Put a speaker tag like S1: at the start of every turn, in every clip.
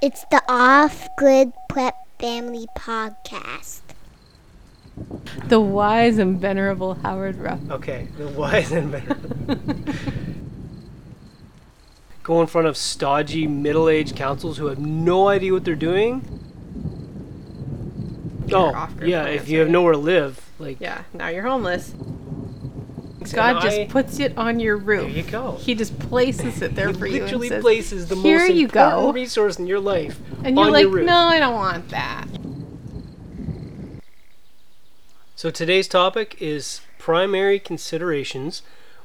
S1: It's the Off Grid Prep Family Podcast.
S2: The wise and venerable Howard Ruff.
S3: Okay, the wise and better. Go in front of stodgy middle aged councils who have no idea what they're doing.
S4: Your
S3: oh,
S4: off-grid
S3: yeah,
S4: plans,
S3: if you have
S4: right?
S3: nowhere to live, like,
S4: Yeah, now you're homeless.
S2: God
S3: and I-
S2: just puts it on your
S3: there
S2: roof.
S3: you go.
S2: He just places it there
S3: He
S2: for you and
S3: literally
S2: says,
S3: places the
S2: "Here
S3: most
S2: you
S3: important
S2: go."
S3: resource in your life
S2: and
S3: on
S2: you're like,
S3: your roof.
S2: no, I don't want that.
S3: So today's topic is primary considerations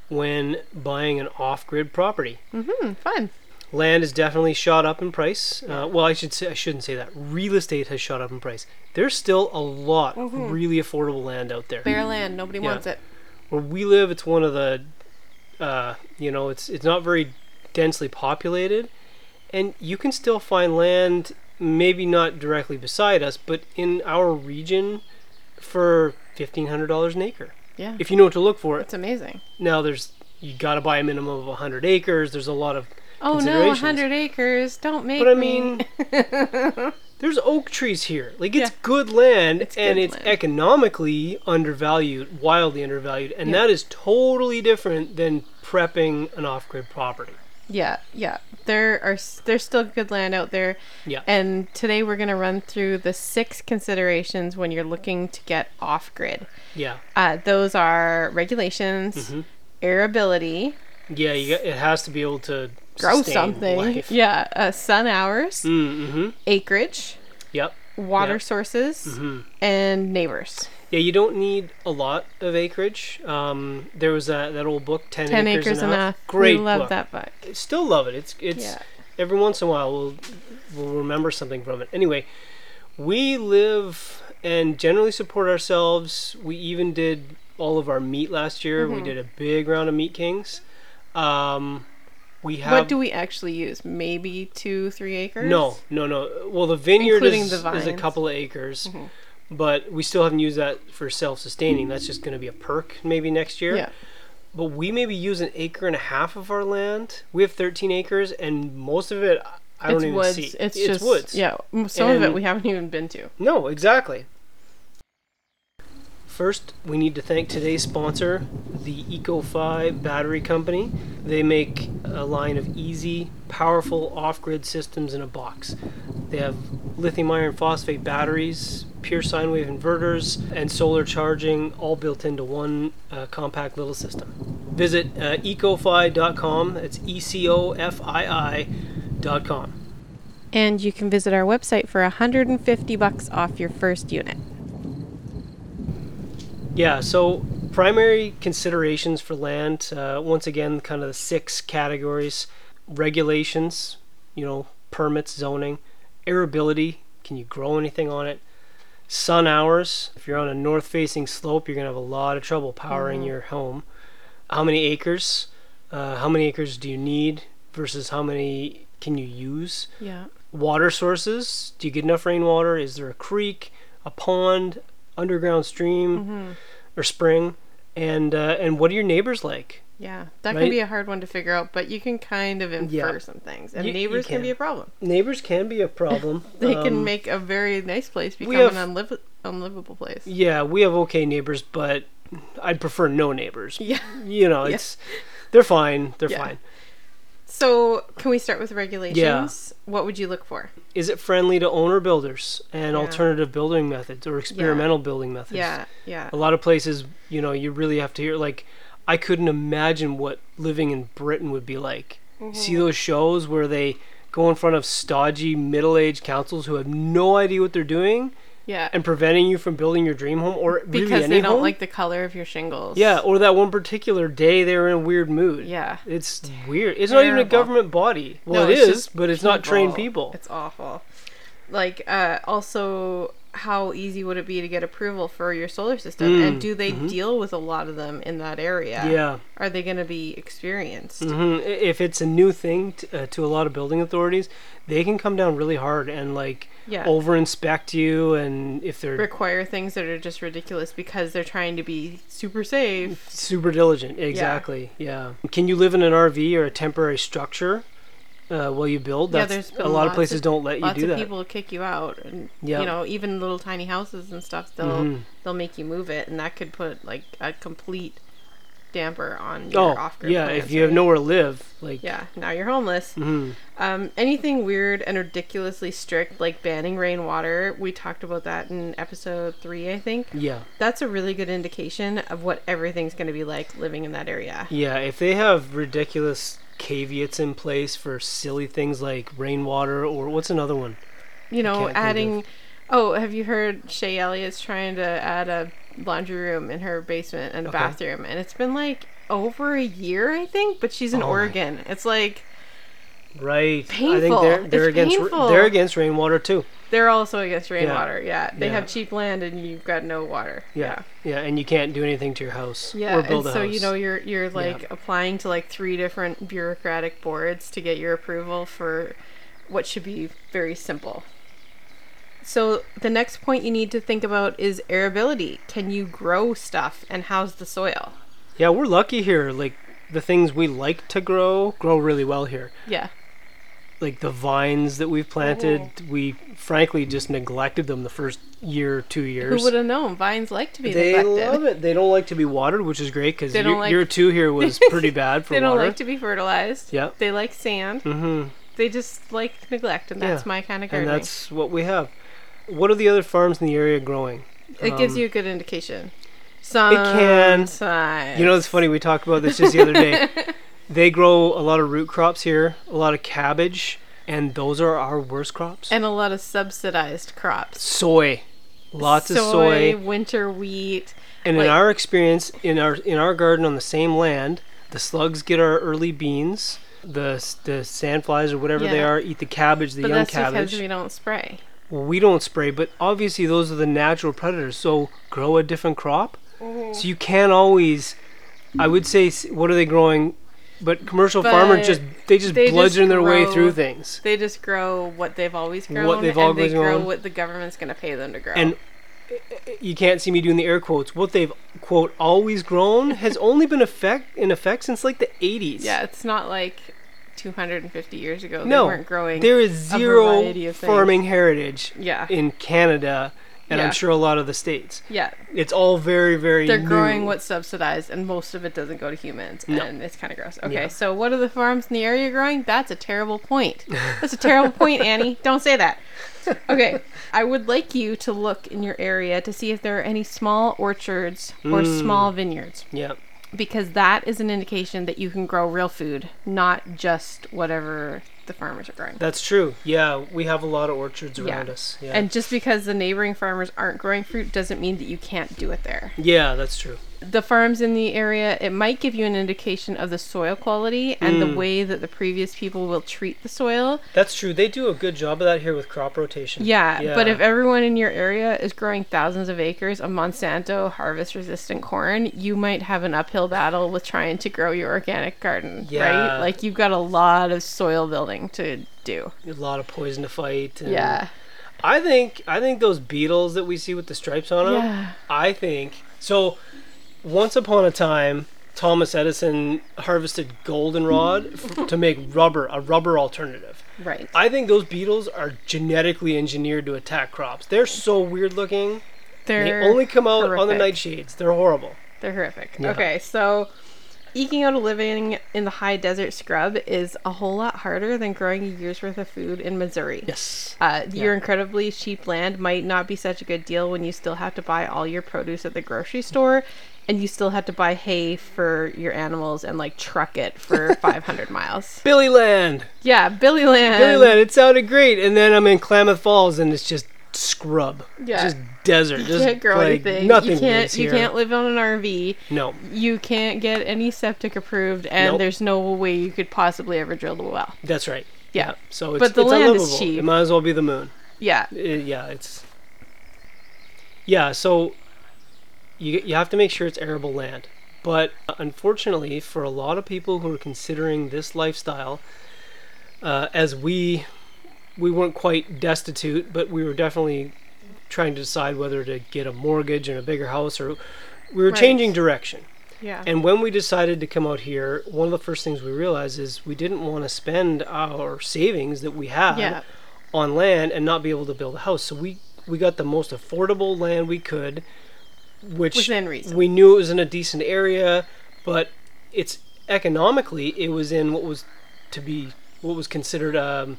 S3: when buying an off grid property.
S2: Mm-hmm, fun.
S3: Land has definitely shot up in price. Uh, well, I should say I shouldn't say that. Real estate has shot up in price. There's still a lot of
S2: Mm-hmm.
S3: really affordable land out there.
S2: Bare land. Nobody
S3: Yeah.
S2: wants it.
S3: Where we live, it's one of the, uh, you know, it's it's not very densely populated, and you can still find land, maybe not directly beside us, but in our region, for fifteen hundred dollars an acre,
S2: Yeah.
S3: if you know what to look for.
S2: It's amazing.
S3: Now there's you got to buy a minimum of hundred acres. There's a lot of
S2: Oh no,
S3: Considerations.
S2: 100 acres. Don't make
S3: But I
S2: me.
S3: mean, there's oak trees here. Like it's
S2: Yeah.
S3: good land,
S2: It's
S3: and
S2: good
S3: it's
S2: land.
S3: economically undervalued, wildly undervalued, and
S2: Yeah.
S3: that is totally different than prepping an off-grid property.
S2: Yeah, yeah. There are s- there's still good land out there.
S3: Yeah.
S2: And today we're going to run through the six considerations when you're looking to get off grid.
S3: Yeah,
S2: Uh, those are regulations,
S3: Mm-hmm.
S2: arability,
S3: yeah. You got, it has to be able to
S2: grow
S3: sustain
S2: something.
S3: Life.
S2: Yeah, uh, sun hours,
S3: Mm-hmm.
S2: acreage,
S3: Yep. Mm-hmm.
S2: water
S3: Yeah.
S2: sources, and neighbors.
S3: Yeah, you don't need a lot of acreage. Um, there was that, that old book, Ten,
S2: 10
S3: acres,
S2: acres,
S3: enough.
S2: enough.
S3: Great
S2: We love
S3: book.
S2: that book.
S3: still love it. It's it's
S2: Yeah.
S3: every once in a while we'll we'll remember something from it. Anyway, we live and generally support ourselves. We even did all of our meat last year.
S2: Mm-hmm.
S3: We did a big round of Meat Kings. Um, we have
S2: what do we actually use? Maybe two, three acres?
S3: no no no. Well, the vineyard
S2: Including
S3: is,
S2: the
S3: is a
S2: vines. Mm-hmm.
S3: couple of acres. But we still haven't used that for self-sustaining. That's just going to be a perk maybe next year
S2: Yeah.
S3: but we maybe use an acre and a half of our land. We have 13 acres, and most of it I- I don't
S2: it's
S3: even
S2: woods.
S3: see.
S2: It's, just
S3: woods.
S2: Yeah, m- some of
S3: And-
S2: it we haven't even been to.
S3: No, exactly. First, we need to thank today's sponsor, the Eco5 Battery Company. They make a line of easy, powerful off grid systems in a box. They have lithium iron phosphate batteries, pure sine wave inverters, and solar charging all built into one uh, compact little system. Visit uh, ecofi.com, that's E C O F I I.com.
S2: And you can visit our website for 150 bucks off your first unit.
S3: Yeah, so primary considerations for land, uh, once again, kind of the six categories regulations, you know, permits, zoning, arability, can you grow anything on it? Sun hours, if you're on a north facing slope, you're going to have a lot of trouble powering your home. How many acres? Uh, how many acres do you need versus how many can you use?
S2: Yeah.
S3: water sources. Do you get enough rainwater? Is there a creek, a pond, underground stream, or spring? And uh, and what are your neighbors like?
S2: Yeah. That
S3: Right?
S2: can be a hard one to figure out, but you can kind of infer
S3: Yeah.
S2: some things. And
S3: You- you
S2: neighbors can.
S3: can.
S2: be a problem.
S3: Neighbors can be a problem.
S2: They
S3: Um,
S2: can make a very nice place become
S3: have-
S2: an unliv- unlivable place.
S3: Yeah, we have okay neighbors, but I'd prefer no neighbors.
S2: Yeah.
S3: You know, it's they're fine. They're
S2: Yeah.
S3: fine.
S2: So, can we start with regulations? What would you look for?
S3: Is it friendly to owner builders and
S2: Yeah.
S3: alternative building methods or experimental building methods?
S2: Yeah. Yeah.
S3: a lot of places you know you really have to hear like i couldn't imagine what living in britain would be like You
S2: Mm-hmm.
S3: see those shows where they go in front of stodgy middle-aged councils who have no idea what they're doing
S2: Yeah.
S3: and preventing you from building your dream home or
S2: because
S3: really any
S2: they don't
S3: home.
S2: like the color of your shingles.
S3: yeah or that one particular day they were in a weird mood
S2: Yeah.
S3: it's weird it's not even a
S2: Terrible.
S3: government body well
S2: No,
S3: it
S2: it's
S3: is
S2: just
S3: but it's not trained people
S2: It's awful. Like, uh, also, how easy would it be to get approval for your solar system? and do they deal with a lot of them in that area?
S3: Mm, mm-hmm. yeah
S2: Are they going to be experienced?
S3: Mhm. I- if it's a new thing t- uh, to a lot of building authorities, they can come down really hard and like
S2: Yeah.
S3: over inspect you. And if they're
S2: Require things that are just ridiculous because they're trying to be super safe.
S3: super diligent, exactly. Yeah. Can you live in an RV or a temporary structure? uh, while you build.
S2: Yeah,
S3: That's,
S2: there's
S3: a
S2: been
S3: lot of
S2: lots
S3: places
S2: of-
S3: don't let you
S2: Lots
S3: do
S2: of
S3: that.
S2: people kick you out, and
S3: Yeah.
S2: you know, even little tiny houses and stuff. They'll
S3: Mhm.
S2: they'll make you move it, and that could put like a complete damper on your
S3: oh,
S2: off-grid
S3: yeah.
S2: plans,
S3: If you have
S2: right?
S3: nowhere to live, like
S2: yeah, now you're homeless.
S3: mhm.
S2: Um, anything weird and ridiculously strict, like banning rainwater, we talked about that in episode three, I think.
S3: yeah,
S2: That's a really good indication of what everything's going to be like living in that area.
S3: yeah. If they have ridiculous caveats in place for silly things like rainwater or what's another one?
S2: You know,
S3: can't think of-
S2: adding. Oh, have you heard Shay Elliott's trying to add a laundry room in her basement and a
S3: Okay.
S2: bathroom? And it's been like over a year, I think, but she's in
S3: Oh my-
S2: Oregon. It's like
S3: Right. I think
S2: Painful.
S3: they're they're
S2: It's
S3: against
S2: painful.
S3: they're against rainwater too.
S2: they're also against rainwater. Yeah. They
S3: Yeah.
S2: have cheap land and you've got no water.
S3: Yeah. yeah. and you can't do anything to your house
S2: Yeah,
S3: or
S2: and
S3: build a
S2: so
S3: house.
S2: you know you're you're like applying to like three different bureaucratic boards to get your approval for what should be very simple. So the next point you need to think about is arability. Can you grow stuff and how's the soil?
S3: yeah, we're lucky here. Like the things we like to grow grow really well here.
S2: Yeah.
S3: Like the vines that we've planted,
S2: Oh.
S3: we frankly just neglected them the first year, two years.
S2: Who would have known? Vines like to be
S3: they
S2: neglected.
S3: love it. They don't like to be watered, which is great because
S2: They don't
S3: year,
S2: like-
S3: year two here was pretty bad for
S2: They don't
S3: water.
S2: like to be fertilized.
S3: Yeah.
S2: They like sand.
S3: mm-hmm.
S2: They just like neglect, and that's
S3: Yeah.
S2: my kind of
S3: And
S2: gardening.
S3: that's what we have. What are the other farms in the area growing?
S2: it gives you a good indication.
S3: um, can-
S2: Sometimes.
S3: You know, it's funny. We talked about this just the other day. They grow a lot of root crops here, a lot of cabbage, and those are our worst crops.
S2: and a lot of subsidized crops.
S3: soy, lots of soy.
S2: winter wheat.
S3: And
S2: like-
S3: in our experience, in our in our garden on the same land, the slugs get our early beans. The s- the sandflies or whatever they
S2: Yeah.
S3: are eat the cabbage, the
S2: But
S3: young
S2: that's
S3: cabbage.
S2: because we don't spray.
S3: Well, we don't spray, but obviously those are the natural predators. So grow a different crop.
S2: Mm-hmm.
S3: So you can't always. I would say, s- what are they growing? But commercial farmers
S2: But
S3: just they just
S2: they just
S3: bludgeon their way
S2: grow-
S3: through things.
S2: They just grow what they've always grown,
S3: they've
S2: and they
S3: always
S2: grow
S3: grown.
S2: what the government's going to pay them to grow.
S3: And You can't see me doing the air quotes. What they've quote always grown has only been effect in effect since like the 80s.
S2: yeah, it's not like 250 years ago
S3: no,
S2: they weren't growing.
S3: There is zero
S2: variety of things.
S3: farming heritage
S2: yeah,
S3: in Canada, and
S2: Yeah.
S3: I'm sure a lot of the states.
S2: yeah,
S3: It's all very very.
S2: they're
S3: new.
S2: growing what's subsidized, and most of it doesn't go to humans,
S3: No.
S2: and it's kind of gross. Okay,
S3: Yeah.
S2: so what are the farms in the area growing? That's a terrible point. That's a terrible point, Annie. Don't say that. Okay, I would like you to look in your area to see if there are any small orchards or
S3: Hmm.
S2: small vineyards,
S3: Yeah.
S2: because that is an indication that you can grow real food, not just whatever the farmers are growing.
S3: That's true. Yeah, we have a lot of orchards around us. Yeah.
S2: And just because the neighboring farmers aren't growing fruit doesn't mean that you can't do it there.
S3: yeah, that's true.
S2: the farms in the area, it might give you an indication of the soil quality and
S3: Mm.
S2: the way that the previous people will treat the soil.
S3: That's true. They do a good job of that here with crop rotation.
S2: Yeah, but
S3: Yeah.
S2: if everyone in your area is growing thousands of acres of Monsanto harvest resistant corn, you might have an uphill battle with trying to grow your organic garden,
S3: Yeah.
S2: right? Like you've got a lot of soil building to do.
S3: a lot of poison to fight. And
S2: Yeah.
S3: I think I think those beetles that we see with the stripes on them.
S2: Yeah.
S3: I think so. Once upon a time, Thomas Edison harvested goldenrod f- to make rubber, a rubber alternative.
S2: Right.
S3: I think those beetles are genetically engineered to attack crops. They're so weird looking. They
S2: They're
S3: only come out on the
S2: horrific.
S3: nightshades. They're horrible.
S2: They're horrific.
S3: Yeah.
S2: Okay, so eking out a living in the high desert scrub is a whole lot harder than growing a year's worth of food in Missouri.
S3: Yes.
S2: Uh, Your incredibly cheap land might not be such a good deal when you still have to buy all your produce at the grocery store and you still have to buy hay for your animals and like truck it for 500 miles.
S3: Billy Land.
S2: Yeah, Billy Land.
S3: Billy Land, it sounded great. And then I'm in Klamath Falls and it's just scrub.
S2: Yeah.
S3: Just desert.
S2: You
S3: just
S2: can't grow
S3: like,
S2: anything.
S3: Nothing
S2: you can't
S3: lives
S2: you
S3: here.
S2: can't live on an RV.
S3: No.
S2: You can't get any septic approved and
S3: Nope.
S2: there's no way you could possibly ever drill the well.
S3: That's right.
S2: Yeah.
S3: So it's,
S2: But the
S3: it's
S2: land is
S3: unlivable. It
S2: cheap.
S3: might as well be the moon.
S2: Yeah.
S3: Uh, yeah, it's yeah. So you you have to make sure it's arable land, but unfortunately, for a lot of people who are considering this lifestyle, uh, as we we weren't quite destitute, but we were definitely trying to decide whether to get a mortgage and a bigger house, or we were
S2: Right.
S3: changing direction.
S2: Yeah.
S3: And when we decided to come out here, one of the first things we realized is we didn't want to spend our savings that we had
S2: yeah.
S3: on land and not be able to build a house. So we we got the most affordable land we could, which
S2: Within reason.
S3: we knew it was in a decent area, but it's economically it was in what was to be what was considered um,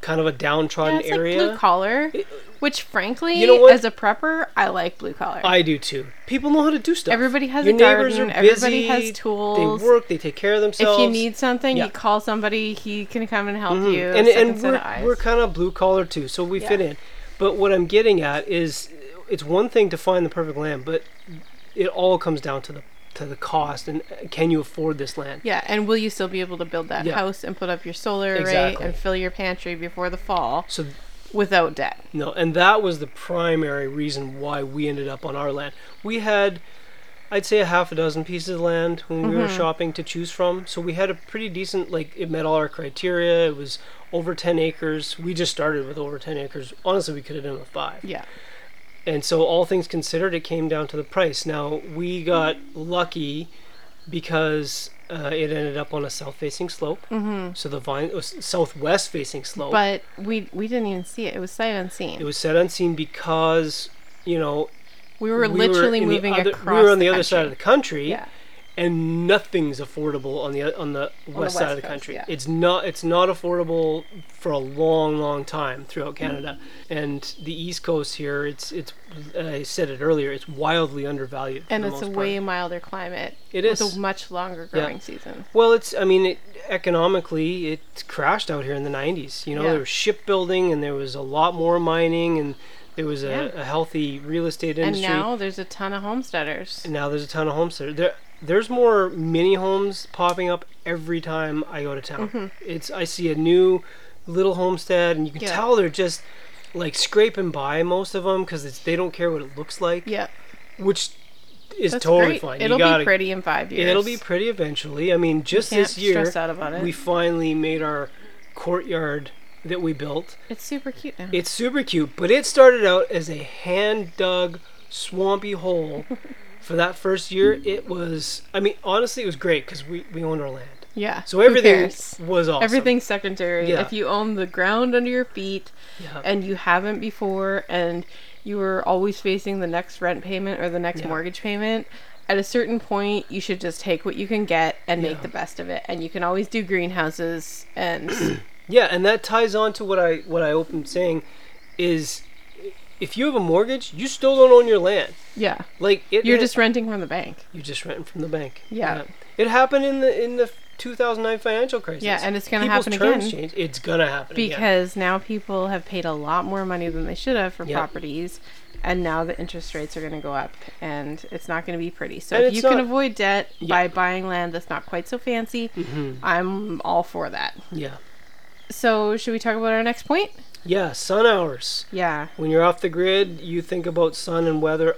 S3: kind of a
S2: Yeah,
S3: downtrodden
S2: it's
S3: area.
S2: like blue collar, which frankly,
S3: You know what?
S2: as a prepper, I like blue collar.
S3: I do too. People know how to do stuff.
S2: Everybody has
S3: Your
S2: a
S3: neighbors
S2: garden,
S3: Are
S2: everybody
S3: busy,
S2: has tools.
S3: They work. They take care of
S2: if
S3: themselves.
S2: you need something,
S3: Yeah.
S2: you call somebody. He can come and help
S3: Mhm.
S2: you.
S3: and,
S2: second
S3: and
S2: set
S3: we're,
S2: of eyes.
S3: we're kind of blue collar too so we fit
S2: Yeah.
S3: in but what i'm getting at is it's one thing to find the perfect land but it all comes down to the to the cost and uh, can you afford this land
S2: yeah, and will you still be able to build that
S3: Yeah.
S2: house and put up your solar array
S3: Exactly.
S2: and fill your pantry before the fall
S3: so
S2: without debt?
S3: no and that was the primary reason why we ended up on our land we had i'd say a half a dozen pieces of land when we
S2: Mm-hmm.
S3: were shopping to choose from so we had a pretty decent like it met all our criteria it was over 10 acres we just started with over 10 acres honestly we could have done with five
S2: Yeah,
S3: And so, all things considered, it came down to the price. Now, we got lucky because uh, it ended up on a south facing slope. Mm-hmm. So, the vine was southwest facing slope.
S2: but we we didn't even see it. It was sight unseen.
S3: it was set unseen because, you know,
S2: we were
S3: we
S2: literally
S3: in the
S2: moving
S3: other-
S2: across.
S3: We were on the, other side of
S2: country.
S3: the country,
S2: Yeah.
S3: and nothing's affordable on the on the west,
S2: west
S3: side of the
S2: coast,
S3: country.
S2: yeah.
S3: It's not it's not affordable for a long, long time throughout
S2: Mm-hmm.
S3: Canada, and the east coast here. It's it's I said it earlier. It's wildly undervalued. for
S2: and
S3: the
S2: it's a
S3: most part.
S2: way milder climate.
S3: It
S2: with
S3: is.
S2: a much longer
S3: Yeah.
S2: growing season.
S3: Well, it's I mean, it, economically, it crashed out here in the '90s. You know,
S2: Yeah.
S3: there was shipbuilding, and there was a lot more mining, and there was a,
S2: Yeah.
S3: a healthy real estate industry.
S2: And now there's a ton of homesteaders.
S3: And now there's a ton of homes there. there there's more mini homes popping up every time I go to town.
S2: Mm-hmm.
S3: It's I see a new little homestead, and you can
S2: Yeah.
S3: tell they're just like scraping by most of them because they don't care what it looks like,
S2: Yep.
S3: which is
S2: That's
S3: totally
S2: great.
S3: fine.
S2: It'll
S3: you gotta,
S2: be pretty in five years.
S3: It'll be pretty eventually. I mean, just
S2: Can't
S3: this year,
S2: stress out about it.
S3: we finally made our courtyard that we built.
S2: it's super cute now.
S3: It's super cute, but it started out as a hand dug swampy hole. For that first year, it was, I mean, honestly, it was great because we, we owned our land.
S2: yeah.
S3: So
S2: Who
S3: everything
S2: cares?
S3: was awesome.
S2: Everything's secondary.
S3: Yeah.
S2: If you own the ground under your feet
S3: Yeah.
S2: and you haven't before and you were always facing the next rent payment or the next
S3: Yeah.
S2: mortgage payment, at a certain point you should just take what you can get and make the best of it. And you can always do greenhouses and
S3: Yeah, and that ties on to what I what I opened saying is if you have a mortgage, you still don't own your land.
S2: yeah.
S3: Like it
S2: You're
S3: it-
S2: just renting from the bank.
S3: you just renting from the bank.
S2: Yeah.
S3: It happened in the in the 2009 financial crisis.
S2: Yeah, and it's gonna
S3: People's
S2: happen
S3: terms
S2: again.
S3: Change. It's gonna happen again.
S2: because now people have paid a lot more money than they should have for
S3: Yep.
S2: properties and now the interest rates are going to go up and it's not going to be pretty so
S3: And
S2: if
S3: it's
S2: you
S3: not-
S2: can avoid debt by buying land that's not quite so fancy
S3: Mm-hmm.
S2: i'm all for that
S3: Yeah.
S2: so should we talk about our next point
S3: Yeah, sun hours.
S2: yeah
S3: When you're off the grid, you think about sun and weather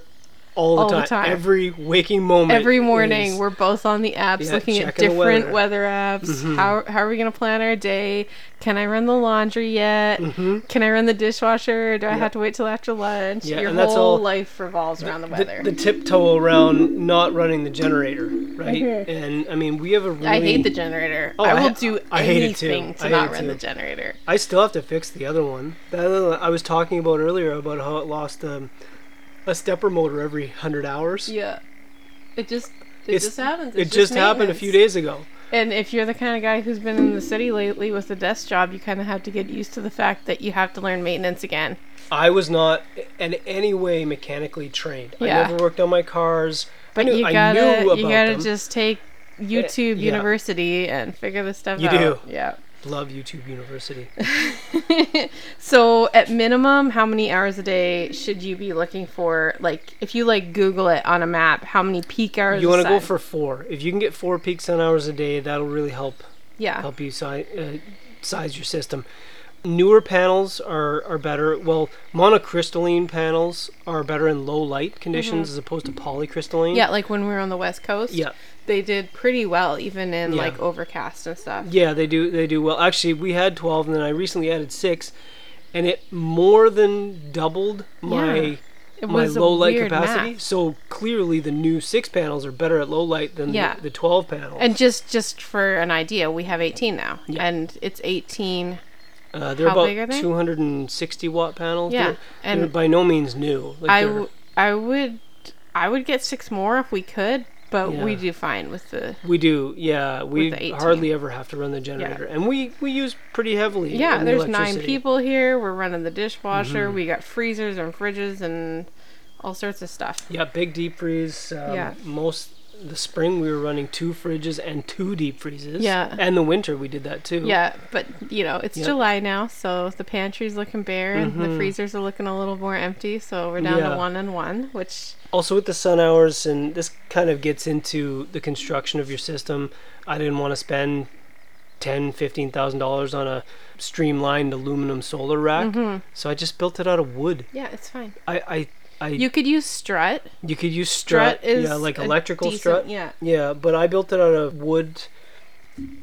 S3: all the,
S2: All the
S3: time.
S2: time.
S3: Every waking moment.
S2: every morning
S3: is-
S2: we're both on the apps
S3: Yeah,
S2: looking at
S3: checking the
S2: different
S3: weather. Mm-hmm.
S2: weather. apps how, how are we going to plan our day can i run the laundry yet
S3: Mm-hmm.
S2: can i run the dishwasher do i have to wait till after lunch
S3: Yeah,
S2: your
S3: and that's
S2: whole
S3: all-
S2: life revolves around the, weather
S3: the, the tiptoe around not running the generator, right? And I mean, we have a really.
S2: Mm-hmm. I hate the generator.
S3: Oh,
S2: I
S3: I-
S2: will do
S3: I hate it too.
S2: anything
S3: I
S2: to
S3: hate
S2: not
S3: it
S2: run the
S3: too.
S2: generator.
S3: I still have to fix the other one. The other one I was talking about earlier about how it lost um, a stepper motor every hundred hours.
S2: Yeah, it just it
S3: It's-
S2: just happens.
S3: it just happened a few days ago.
S2: And if you're the kind of guy who's been in the city lately with a desk job, you kind of have to get used to the fact that you have to learn maintenance again.
S3: I was not in any way mechanically trained.
S2: Yeah.
S3: I never worked on my cars. I
S2: But
S3: knew,
S2: you
S3: I
S2: gotta
S3: knew about
S2: you gotta
S3: them. Eh,
S2: just take YouTube
S3: yeah.
S2: University and figure this stuff
S3: You
S2: out.
S3: do.
S2: Yeah.
S3: Love YouTube University.
S2: So at minimum, how many hours a day should you be looking for? Like, if you like Google it on a map, how many peak hours?
S3: you
S2: want
S3: want
S2: to
S3: to go for four. If you can get four peak sun hours a day, that'll really help
S2: yeah.
S3: help you si- uh, size your system. Newer panels are, are better. Well, monocrystalline panels are better in low light conditions
S2: Mm-hmm.
S3: as opposed to polycrystalline.
S2: Yeah, like when we were on the West Coast.
S3: Yeah.
S2: They did pretty well, even in
S3: Yeah.
S2: like overcast and stuff.
S3: Yeah, they do they do well. Actually, we had 12 and then I recently added 6 and it more than doubled my
S2: Yeah. It
S3: my
S2: was a
S3: low light
S2: weird
S3: capacity.
S2: map.
S3: So clearly, the new six panels are better at low light than the-
S2: Yeah.
S3: the, twelve panels.
S2: And just just for an idea, we have 18 now,
S3: Yeah.
S2: and it's 18.
S3: uh, they're
S2: how
S3: about
S2: big are they?
S3: two hundred and sixty watt panels.
S2: Yeah,
S3: They're-
S2: and-
S3: they're by no means new. Like
S2: I
S3: they're-
S2: w- I would I would get six more if we could, but we
S3: Yeah.
S2: do fine with the
S3: we do, yeah. We
S2: the 18.
S3: hardly ever have to run the generator, and we we use pretty heavily.
S2: yeah.
S3: in the
S2: there's nine
S3: electricity. Mm-hmm.
S2: people here. We're running the dishwasher. We got freezers and fridges and all sorts of stuff.
S3: Yeah, big deep freeze. Um,
S2: Yeah.
S3: Most the spring we were running two fridges and two deep freezes.
S2: Yeah.
S3: And the winter we did that too.
S2: Yeah, but you know it's
S3: Yep. Mm-hmm.
S2: July now, so the pantry's looking bare and the freezers are looking a little more empty. So we're down
S3: Yeah.
S2: to one and one, which
S3: Also with the sun hours, and this kind of gets into the construction of your system. I didn't want to spend ten, fifteen thousand dollars on a streamlined aluminum solar rack, so I just built it out of wood.
S2: yeah, it's fine.
S3: I, I, I you,
S2: You could use strut.
S3: could use strut,
S2: Strut is
S3: yeah, like
S2: a
S3: electrical
S2: decent-
S3: strut.
S2: Yeah,
S3: yeah, but I built it out of wood,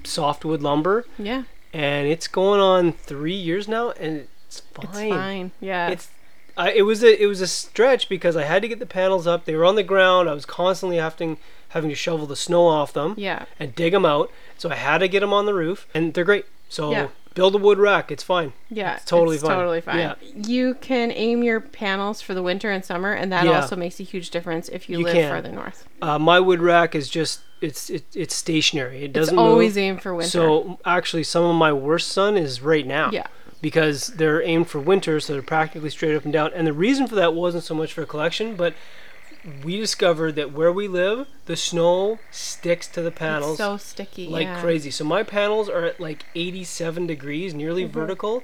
S3: softwood lumber.
S2: yeah,
S3: and it's going on three years now, and it's fine.
S2: it's fine. Yeah,
S3: It's- I, it was a it was a stretch because I had to get the panels up. They were on the ground. I was constantly having having to shovel the snow off them
S2: yeah.
S3: and dig them out. So I had to get them on the roof, and they're great. So
S2: Yeah.
S3: build a wood rack. It's fine.
S2: Yeah,
S3: It's totally fine.
S2: Totally fine.
S3: Yeah.
S2: You can aim your panels for the winter and summer, and that
S3: Yeah.
S2: also makes a huge difference if you,
S3: You
S2: live
S3: can.
S2: farther north.
S3: Uh, my wood rack is just it's it, it's stationary. It doesn't
S2: it's always
S3: move.
S2: aim for winter.
S3: So actually, some of my worst sun is right now.
S2: yeah,
S3: because they're aimed for winter, so they're practically straight up and down. And the reason for that wasn't so much for collection, but we discovered that where we live, the snow sticks to the panels
S2: it's so sticky.
S3: like
S2: yeah.
S3: crazy. So my panels are at like 87 degrees, nearly
S2: Mm-hmm.
S3: vertical,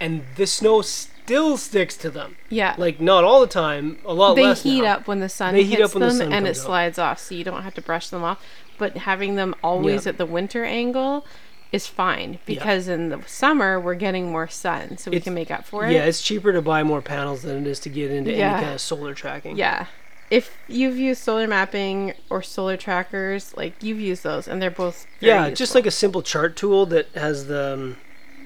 S3: and the snow still sticks to them.
S2: Yeah,
S3: Like not all the time, a lot
S2: they
S3: less.
S2: heat
S3: now.
S2: up when the sun
S3: They
S2: hits
S3: heat up when the
S2: them,
S3: sun
S2: and it
S3: comes up.
S2: slides off, so you don't have to brush them off. But having them always
S3: Yeah.
S2: at the winter angle is fine because in the summer we're getting more sun, so we
S3: It's-
S2: can make up for it.
S3: Yeah, it's cheaper to buy more panels than it is to get into
S2: Yeah.
S3: any kind of solar tracking.
S2: Yeah. If you've used solar mapping or solar trackers, like you've used those, and they're both very
S3: yeah, just
S2: useful.
S3: like a simple chart tool that has the um,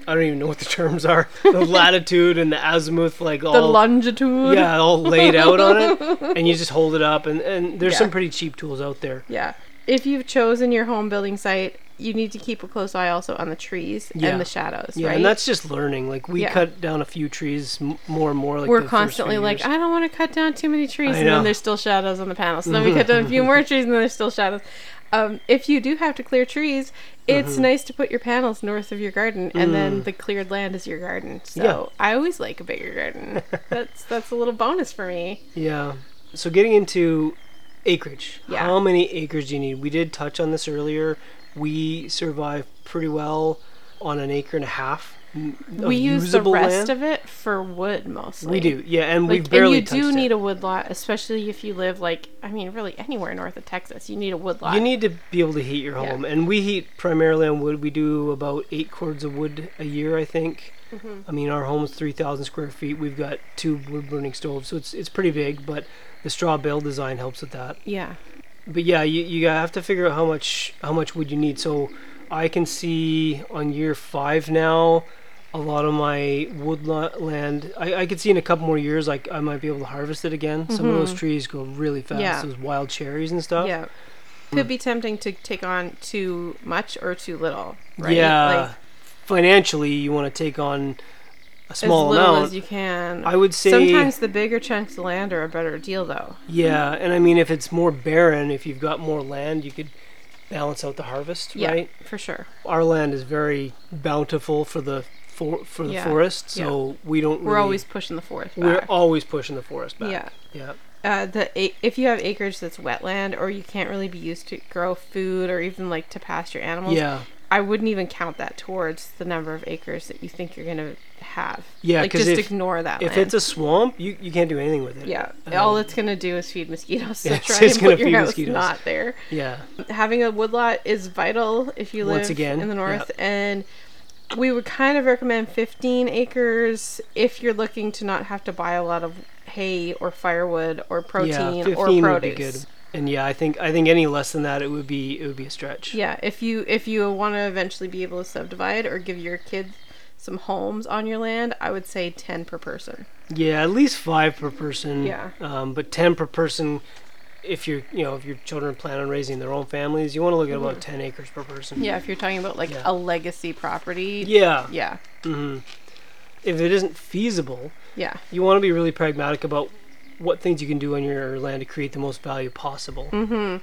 S3: I don't even know what the terms are the latitude and the azimuth like
S2: the
S3: all
S2: longitude.
S3: yeah all laid out on it and you just hold it up and and there's
S2: Yeah.
S3: some pretty cheap tools out there
S2: Yeah. If you've chosen your home building site, you need to keep a close eye also on the trees
S3: Yeah.
S2: and the shadows,
S3: yeah
S2: right?
S3: and that's just learning like we
S2: Yeah.
S3: cut down a few trees m- more and more like
S2: We're
S3: the first few
S2: constantly like,
S3: years.
S2: I don't want to cut down too many trees,
S3: I
S2: and
S3: know.
S2: then there's still shadows on the panel. So then we cut down a few more trees, and then there's still shadows. Um, if you do have to clear trees, it's
S3: Mm-hmm.
S2: nice to put your panels north of your garden, and then the cleared land is your garden. So
S3: Mm. Yeah.
S2: I always like a bigger garden. that's that's a little bonus for me.
S3: yeah so getting into acreage
S2: Yeah.
S3: how many acres do you need we did touch on this earlier we survive pretty well on an acre and a half m- of
S2: we use the
S3: usable
S2: rest
S3: land.
S2: of it for wood mostly.
S3: we do yeah and
S2: Like,
S3: we've
S2: and
S3: barely
S2: you do
S3: touched it.
S2: need a woodlot, especially if you live like I mean, really anywhere north of Texas, you need a woodlot.
S3: You need to be able to heat your
S2: Yeah.
S3: home, and we heat primarily on wood. We do about eight cords of wood a year, I think.
S2: Mm-hmm.
S3: I mean, our home's three thousand square feet. We've got two wood burning stoves, so it's it's pretty big. But the straw bale design helps with that.
S2: yeah,
S3: But yeah, you you gotta have to figure out how much how much wood you need. So I can see on year five now. A lot of my wood la- land, I, I could see in a couple more years, like I might be able to harvest it again. Some of those trees grow really fast.
S2: Mm-hmm. Yeah.
S3: Those wild cherries and stuff.
S2: yeah.
S3: Hmm.
S2: Could be tempting to take on too much or too little, right?
S3: Yeah.
S2: like,
S3: Financially, you want to take on a
S2: as
S3: small
S2: little
S3: amount.
S2: as you can.
S3: I would say,
S2: Sometimes the bigger chunks of land are a better deal, though.
S3: yeah, and I mean, if it's more barren, if you've got more land, you could balance out the harvest,
S2: Yeah,
S3: right?
S2: for sure.
S3: Our land is very bountiful for the for, for the
S2: Yeah,
S3: forest, so we don't.
S2: We're
S3: really-
S2: always pushing the forest
S3: we're
S2: back.
S3: always pushing the forest back.
S2: Yeah.
S3: yeah.
S2: uh, the a- if you have acreage that's wetland or you can't really be used to grow food or even like to pasture animals,
S3: Yeah.
S2: I wouldn't even count that towards the number of acres that you think you're gonna have.
S3: Yeah,
S2: like
S3: 'cause
S2: just
S3: if-
S2: ignore that.
S3: If
S2: land.
S3: it's a swamp, you, you can't do anything with it.
S2: yeah,
S3: Um,
S2: all it's gonna do is feed mosquitoes. So
S3: yeah, it's
S2: try
S3: just
S2: and
S3: gonna
S2: put your
S3: feed
S2: house
S3: mosquitoes.
S2: not there.
S3: yeah,
S2: Having a woodlot is vital if you live
S3: Once again,
S2: in the north,
S3: yeah.
S2: and we would kind of recommend 15 acres if you're looking to not have to buy a lot of hay or firewood or protein
S3: yeah.
S2: or
S3: Fifteen
S2: produce.
S3: would be good. And yeah, I think I think any less than that, it would be it would be a stretch.
S2: Yeah, if you if you want to eventually be able to subdivide or give your kids some homes on your land, I would say 10 per person.
S3: Yeah, at least five per person.
S2: Yeah.
S3: Um, but ten per person, if you're you know if your children plan on raising their own families, you want to look at about ten acres per person.
S2: Mm-hmm. Yeah, if you're talking about like
S3: Yeah.
S2: a legacy property.
S3: Yeah.
S2: Yeah.
S3: hmm If it isn't feasible,
S2: Yeah.
S3: you want to be really pragmatic about what things you can do on your land to create the most value possible.
S2: Mm-hmm.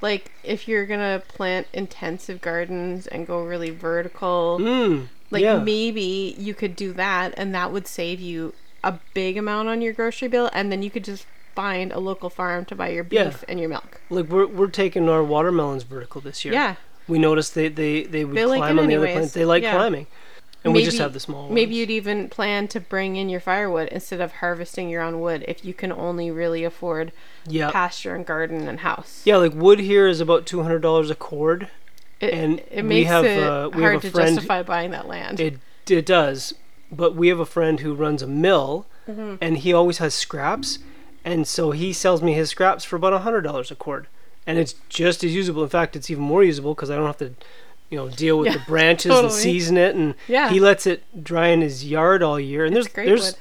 S2: Like if you're gonna plant intensive gardens and go really vertical,
S3: Mm,
S2: like
S3: yeah.
S2: maybe you could do that and that would save you a big amount on your grocery bill and then you could just find a local farm to buy your beef
S3: Yeah.
S2: and your milk.
S3: Like we're we're taking our watermelons vertical this year.
S2: Yeah.
S3: We noticed they they they would
S2: They like
S3: climb
S2: it
S3: on the other
S2: anyways.
S3: plant. They like
S2: Yeah.
S3: climbing, and we just
S2: Maybe-
S3: have the small ones.
S2: Maybe you'd even plan to bring in your firewood instead of harvesting your own wood if you can only really afford
S3: yeah.
S2: pasture and garden and house.
S3: Yeah, like wood here is about two hundred dollars a cord.
S2: It,
S3: and
S2: it
S3: we
S2: makes
S3: have,
S2: it
S3: uh, we have
S2: hard
S3: a
S2: to
S3: friend-
S2: justify buying that land.
S3: It it does, but we have a friend who runs a mill,
S2: Mm-hmm.
S3: and he always has scraps, and so he sells me his scraps for about hundred dollars a cord, and it's just as usable. In fact, it's even more usable because I don't have to, you know, deal with
S2: Yeah,
S3: the branches and
S2: totally.
S3: season it, and
S2: Yeah.
S3: he lets it dry in his yard all year. And
S2: It's
S3: there's
S2: great
S3: there's.
S2: wood.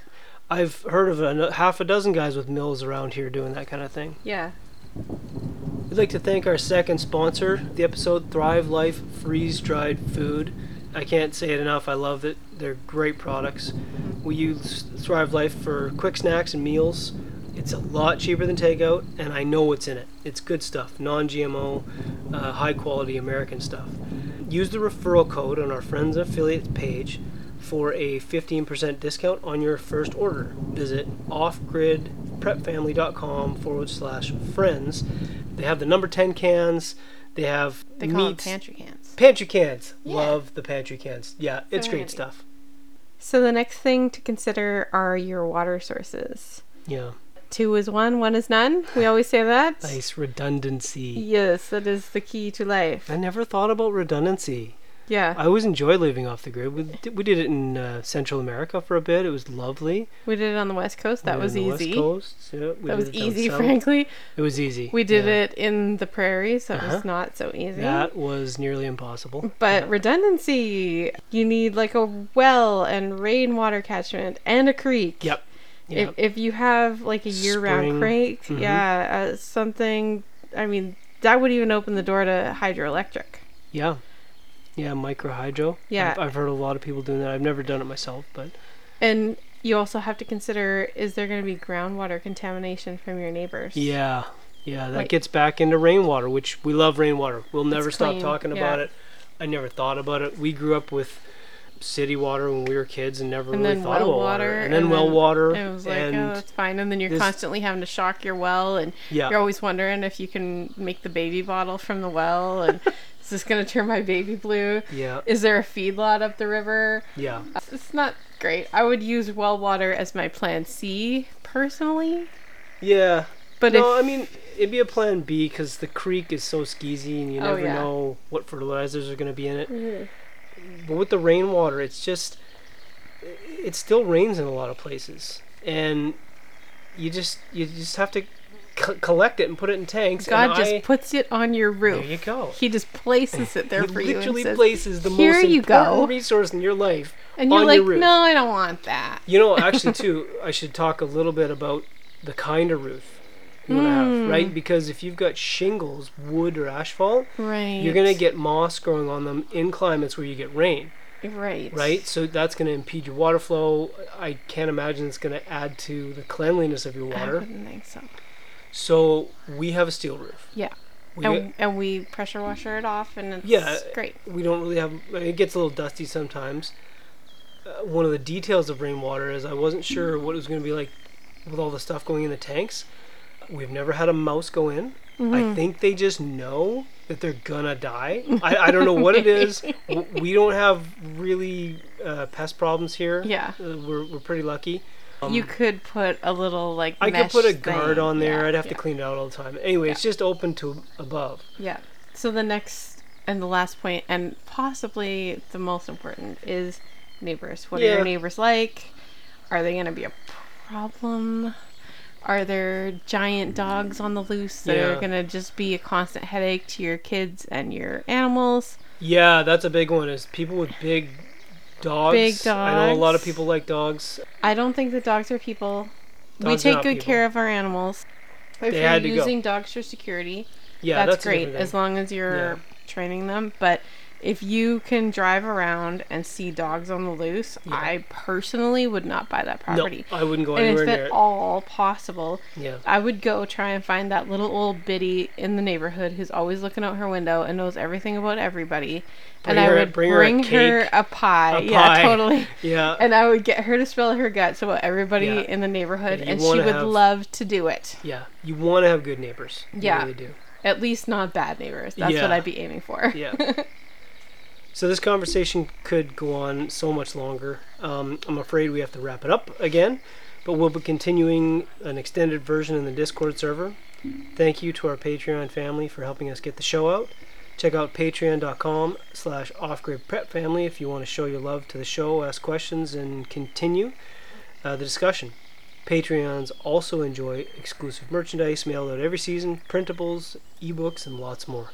S3: I've heard of a, half a dozen guys with mills around here doing that kind of thing.
S2: yeah.
S3: We'd like to thank our second sponsor, of the episode Thrive Life Freeze Dried Food. I can't say it enough. I love it. They're great products. We use Thrive Life for quick snacks and meals. It's a lot cheaper than takeout, and I know what's in it. It's good stuff, non GMO, uh, high quality American stuff. Use the referral code on our friends and affiliates page for a 15% discount on your first order. Visit offgridprepfamily.com forward slash friends. They have the number 10 cans. They have
S2: They call
S3: meats-
S2: them pantry cans.
S3: pantry cans.
S1: Yeah.
S3: Love the pantry cans. Yeah, it's
S2: So
S3: great
S2: handy.
S3: stuff.
S2: So the next thing to consider are your water sources.
S3: Yeah,
S2: Two is one, one is none. We always say that.
S3: nice redundancy.
S2: Yes, that is the key to life.
S3: I never thought about redundancy.
S2: Yeah,
S3: I always enjoy living off the grid. We did, we did it in uh, Central America for a bit. It was lovely.
S2: we did it on the West Coast. That
S3: We
S2: was
S3: did it on the
S2: easy.
S3: West Coast. Yeah, we
S2: That
S3: did
S2: was
S3: it down
S2: easy,
S3: south.
S2: frankly.
S3: It was easy.
S2: We did
S3: Yeah.
S2: it in the prairies. That
S3: Uh-huh.
S2: was not so easy.
S3: That was nearly impossible.
S2: But redundancy, you need like a well and rainwater catchment and a creek.
S3: Yep. Yep.
S2: If, if you have like a year round
S3: Spring. Mm-hmm.
S2: creek, yeah, uh, something, I mean, that would even open the door to hydroelectric.
S3: yeah. Yeah, microhydro.
S2: Yeah.
S3: I've, I've heard a lot of people doing that. I've never done it myself, but
S2: And you also have to consider is there going to be groundwater contamination from your neighbors?
S3: yeah. Yeah, that
S2: Like-
S3: gets back into rainwater, which we love rainwater. We'll never stop
S2: clean,
S3: talking
S2: yeah.
S3: about it. I never thought about it. We grew up with city water when we were kids and never
S2: And
S3: really
S2: then
S3: thought
S2: well
S3: about
S2: water.
S3: And then well water.
S2: It was like,
S3: and
S2: oh, that's fine. And then you're
S3: this-
S2: constantly having to shock your well, and
S3: Yeah.
S2: you're always wondering if you can make the baby bottle from the well, and is this going to turn my baby blue?
S3: yeah.
S2: Is there a feedlot up the river?
S3: Yeah.
S2: It's not great. I would use well water as my plan C personally,
S3: Yeah.
S2: but
S3: no,
S2: if
S3: I mean it'd be a plan B because the creek is so skeezy and you
S2: Oh,
S3: never
S2: yeah.
S3: know what fertilizers are going to be in it.
S2: Mm-hmm.
S3: But with the rainwater, it's just it still rains in a lot of places, and you just you just have to c- collect it and put it in tanks.
S2: God
S3: and
S2: just
S3: I-
S2: puts it on your roof,
S3: there you go.
S2: He just places it there
S3: He
S2: for you. and
S3: literally
S2: says,
S3: places the
S2: "Here
S3: most
S2: you
S3: important
S2: go."
S3: resource in your life
S2: And you're
S3: on
S2: like,
S3: your roof.
S2: no, I don't want that.
S3: You know, actually, too, I should talk a little bit about the kind of roof you want to
S2: Hmm.
S3: have, right? Because if you've got shingles, wood, or asphalt,
S2: Right.
S3: you're going to get moss growing on them in climates where you get rain,
S2: right.
S3: right? So that's going to impede your water flow. I can't imagine it's going to add to the cleanliness of your
S2: I
S3: water.
S2: wouldn't think so.
S3: So we have a steel roof.
S2: Yeah.
S3: We,
S2: And, and we pressure washer it off, and it's
S3: Yeah.
S2: great.
S3: we don't really have it gets a little dusty sometimes uh, one of the details of rainwater is i wasn't sure what it was going to be like with all the stuff going in the tanks we've never had a mouse go in
S2: Mm-hmm.
S3: i think they just know that they're gonna die i, I don't know what it is W- we don't have really uh, pest problems here
S2: Yeah.
S3: uh, we're, we're pretty lucky
S2: you could put a little like.
S3: Um, i could put a
S2: mesh
S3: guard
S2: thing.
S3: on there
S2: Yeah,
S3: i'd have
S2: yeah,
S3: to clean it out all the time anyway it's just open to above
S2: Yeah. So the next and the last point, and possibly the most important, is neighbors. What are
S3: Yeah.
S2: your neighbors like? Are they going to be a problem? Are there giant dogs on the loose that
S3: Yeah.
S2: are going to just be a constant headache to your kids and your animals?
S3: Yeah, that's a big one. Is people with big dogs.
S2: Big
S3: I know a lot of
S2: dogs.
S3: people like dogs.
S2: I don't think that dogs are people. we
S3: Dogs are
S2: take
S3: not
S2: good
S3: people.
S2: care of our animals. If
S3: They
S2: you're
S3: had to go.
S2: using dogs for security,
S3: Yeah,
S2: that's,
S3: that's, a
S2: great
S3: different
S2: as
S3: thing.
S2: long as you're
S3: Yeah.
S2: training them. But if you can drive around and see dogs on the loose, I personally would not buy that property.
S3: No, I wouldn't go
S2: and
S3: anywhere
S2: if
S3: near
S2: at
S3: it.
S2: all possible,
S3: yeah,
S2: I would go try and find that little old biddy in the neighborhood who's always looking out her window and knows everything about everybody.
S3: Bring
S2: and I
S3: her a-
S2: would
S3: bring her a
S2: bring her
S3: cake,
S2: a pie.
S3: a
S2: Yeah,
S3: pie.
S2: totally.
S3: yeah.
S2: And I would get her to spill her guts about everybody
S3: Yeah.
S2: in the neighborhood,
S3: Yeah, you
S2: and she
S3: wanna
S2: would
S3: have-
S2: love to do it.
S3: Yeah, you want to have good neighbors. You
S2: Yeah.
S3: really do.
S2: At least not bad neighbors. That's what
S3: Yeah.
S2: I'd be aiming for.
S3: Yeah. so this conversation could go on so much longer. Um, I'm afraid we have to wrap it up again, but we'll be continuing an extended version in the Discord server. Thank you to our Patreon family for helping us get the show out. Check out patreon.com slash offgrid prep family if you want to show your love to the show, ask questions, and continue uh, the discussion. Patreons also enjoy exclusive merchandise mailed out every season, printables, ebooks, and lots more.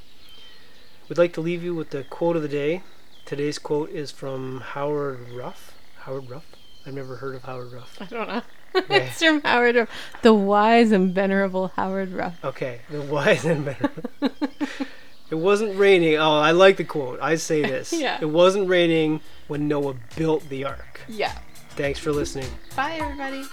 S3: We'd like to leave you with the quote of the day. Today's quote is from Howard Ruff. Howard Ruff? I've never heard of Howard Ruff.
S2: I don't know.
S3: Yeah.
S2: it's from Howard Ruff, the wise and venerable Howard Ruff.
S3: Okay, the wise and better. it wasn't raining. Oh, I like the quote. I say this.
S2: Yeah.
S3: It wasn't raining when Noah built the ark.
S2: Yeah.
S3: Thanks for listening.
S2: Bye, everybody.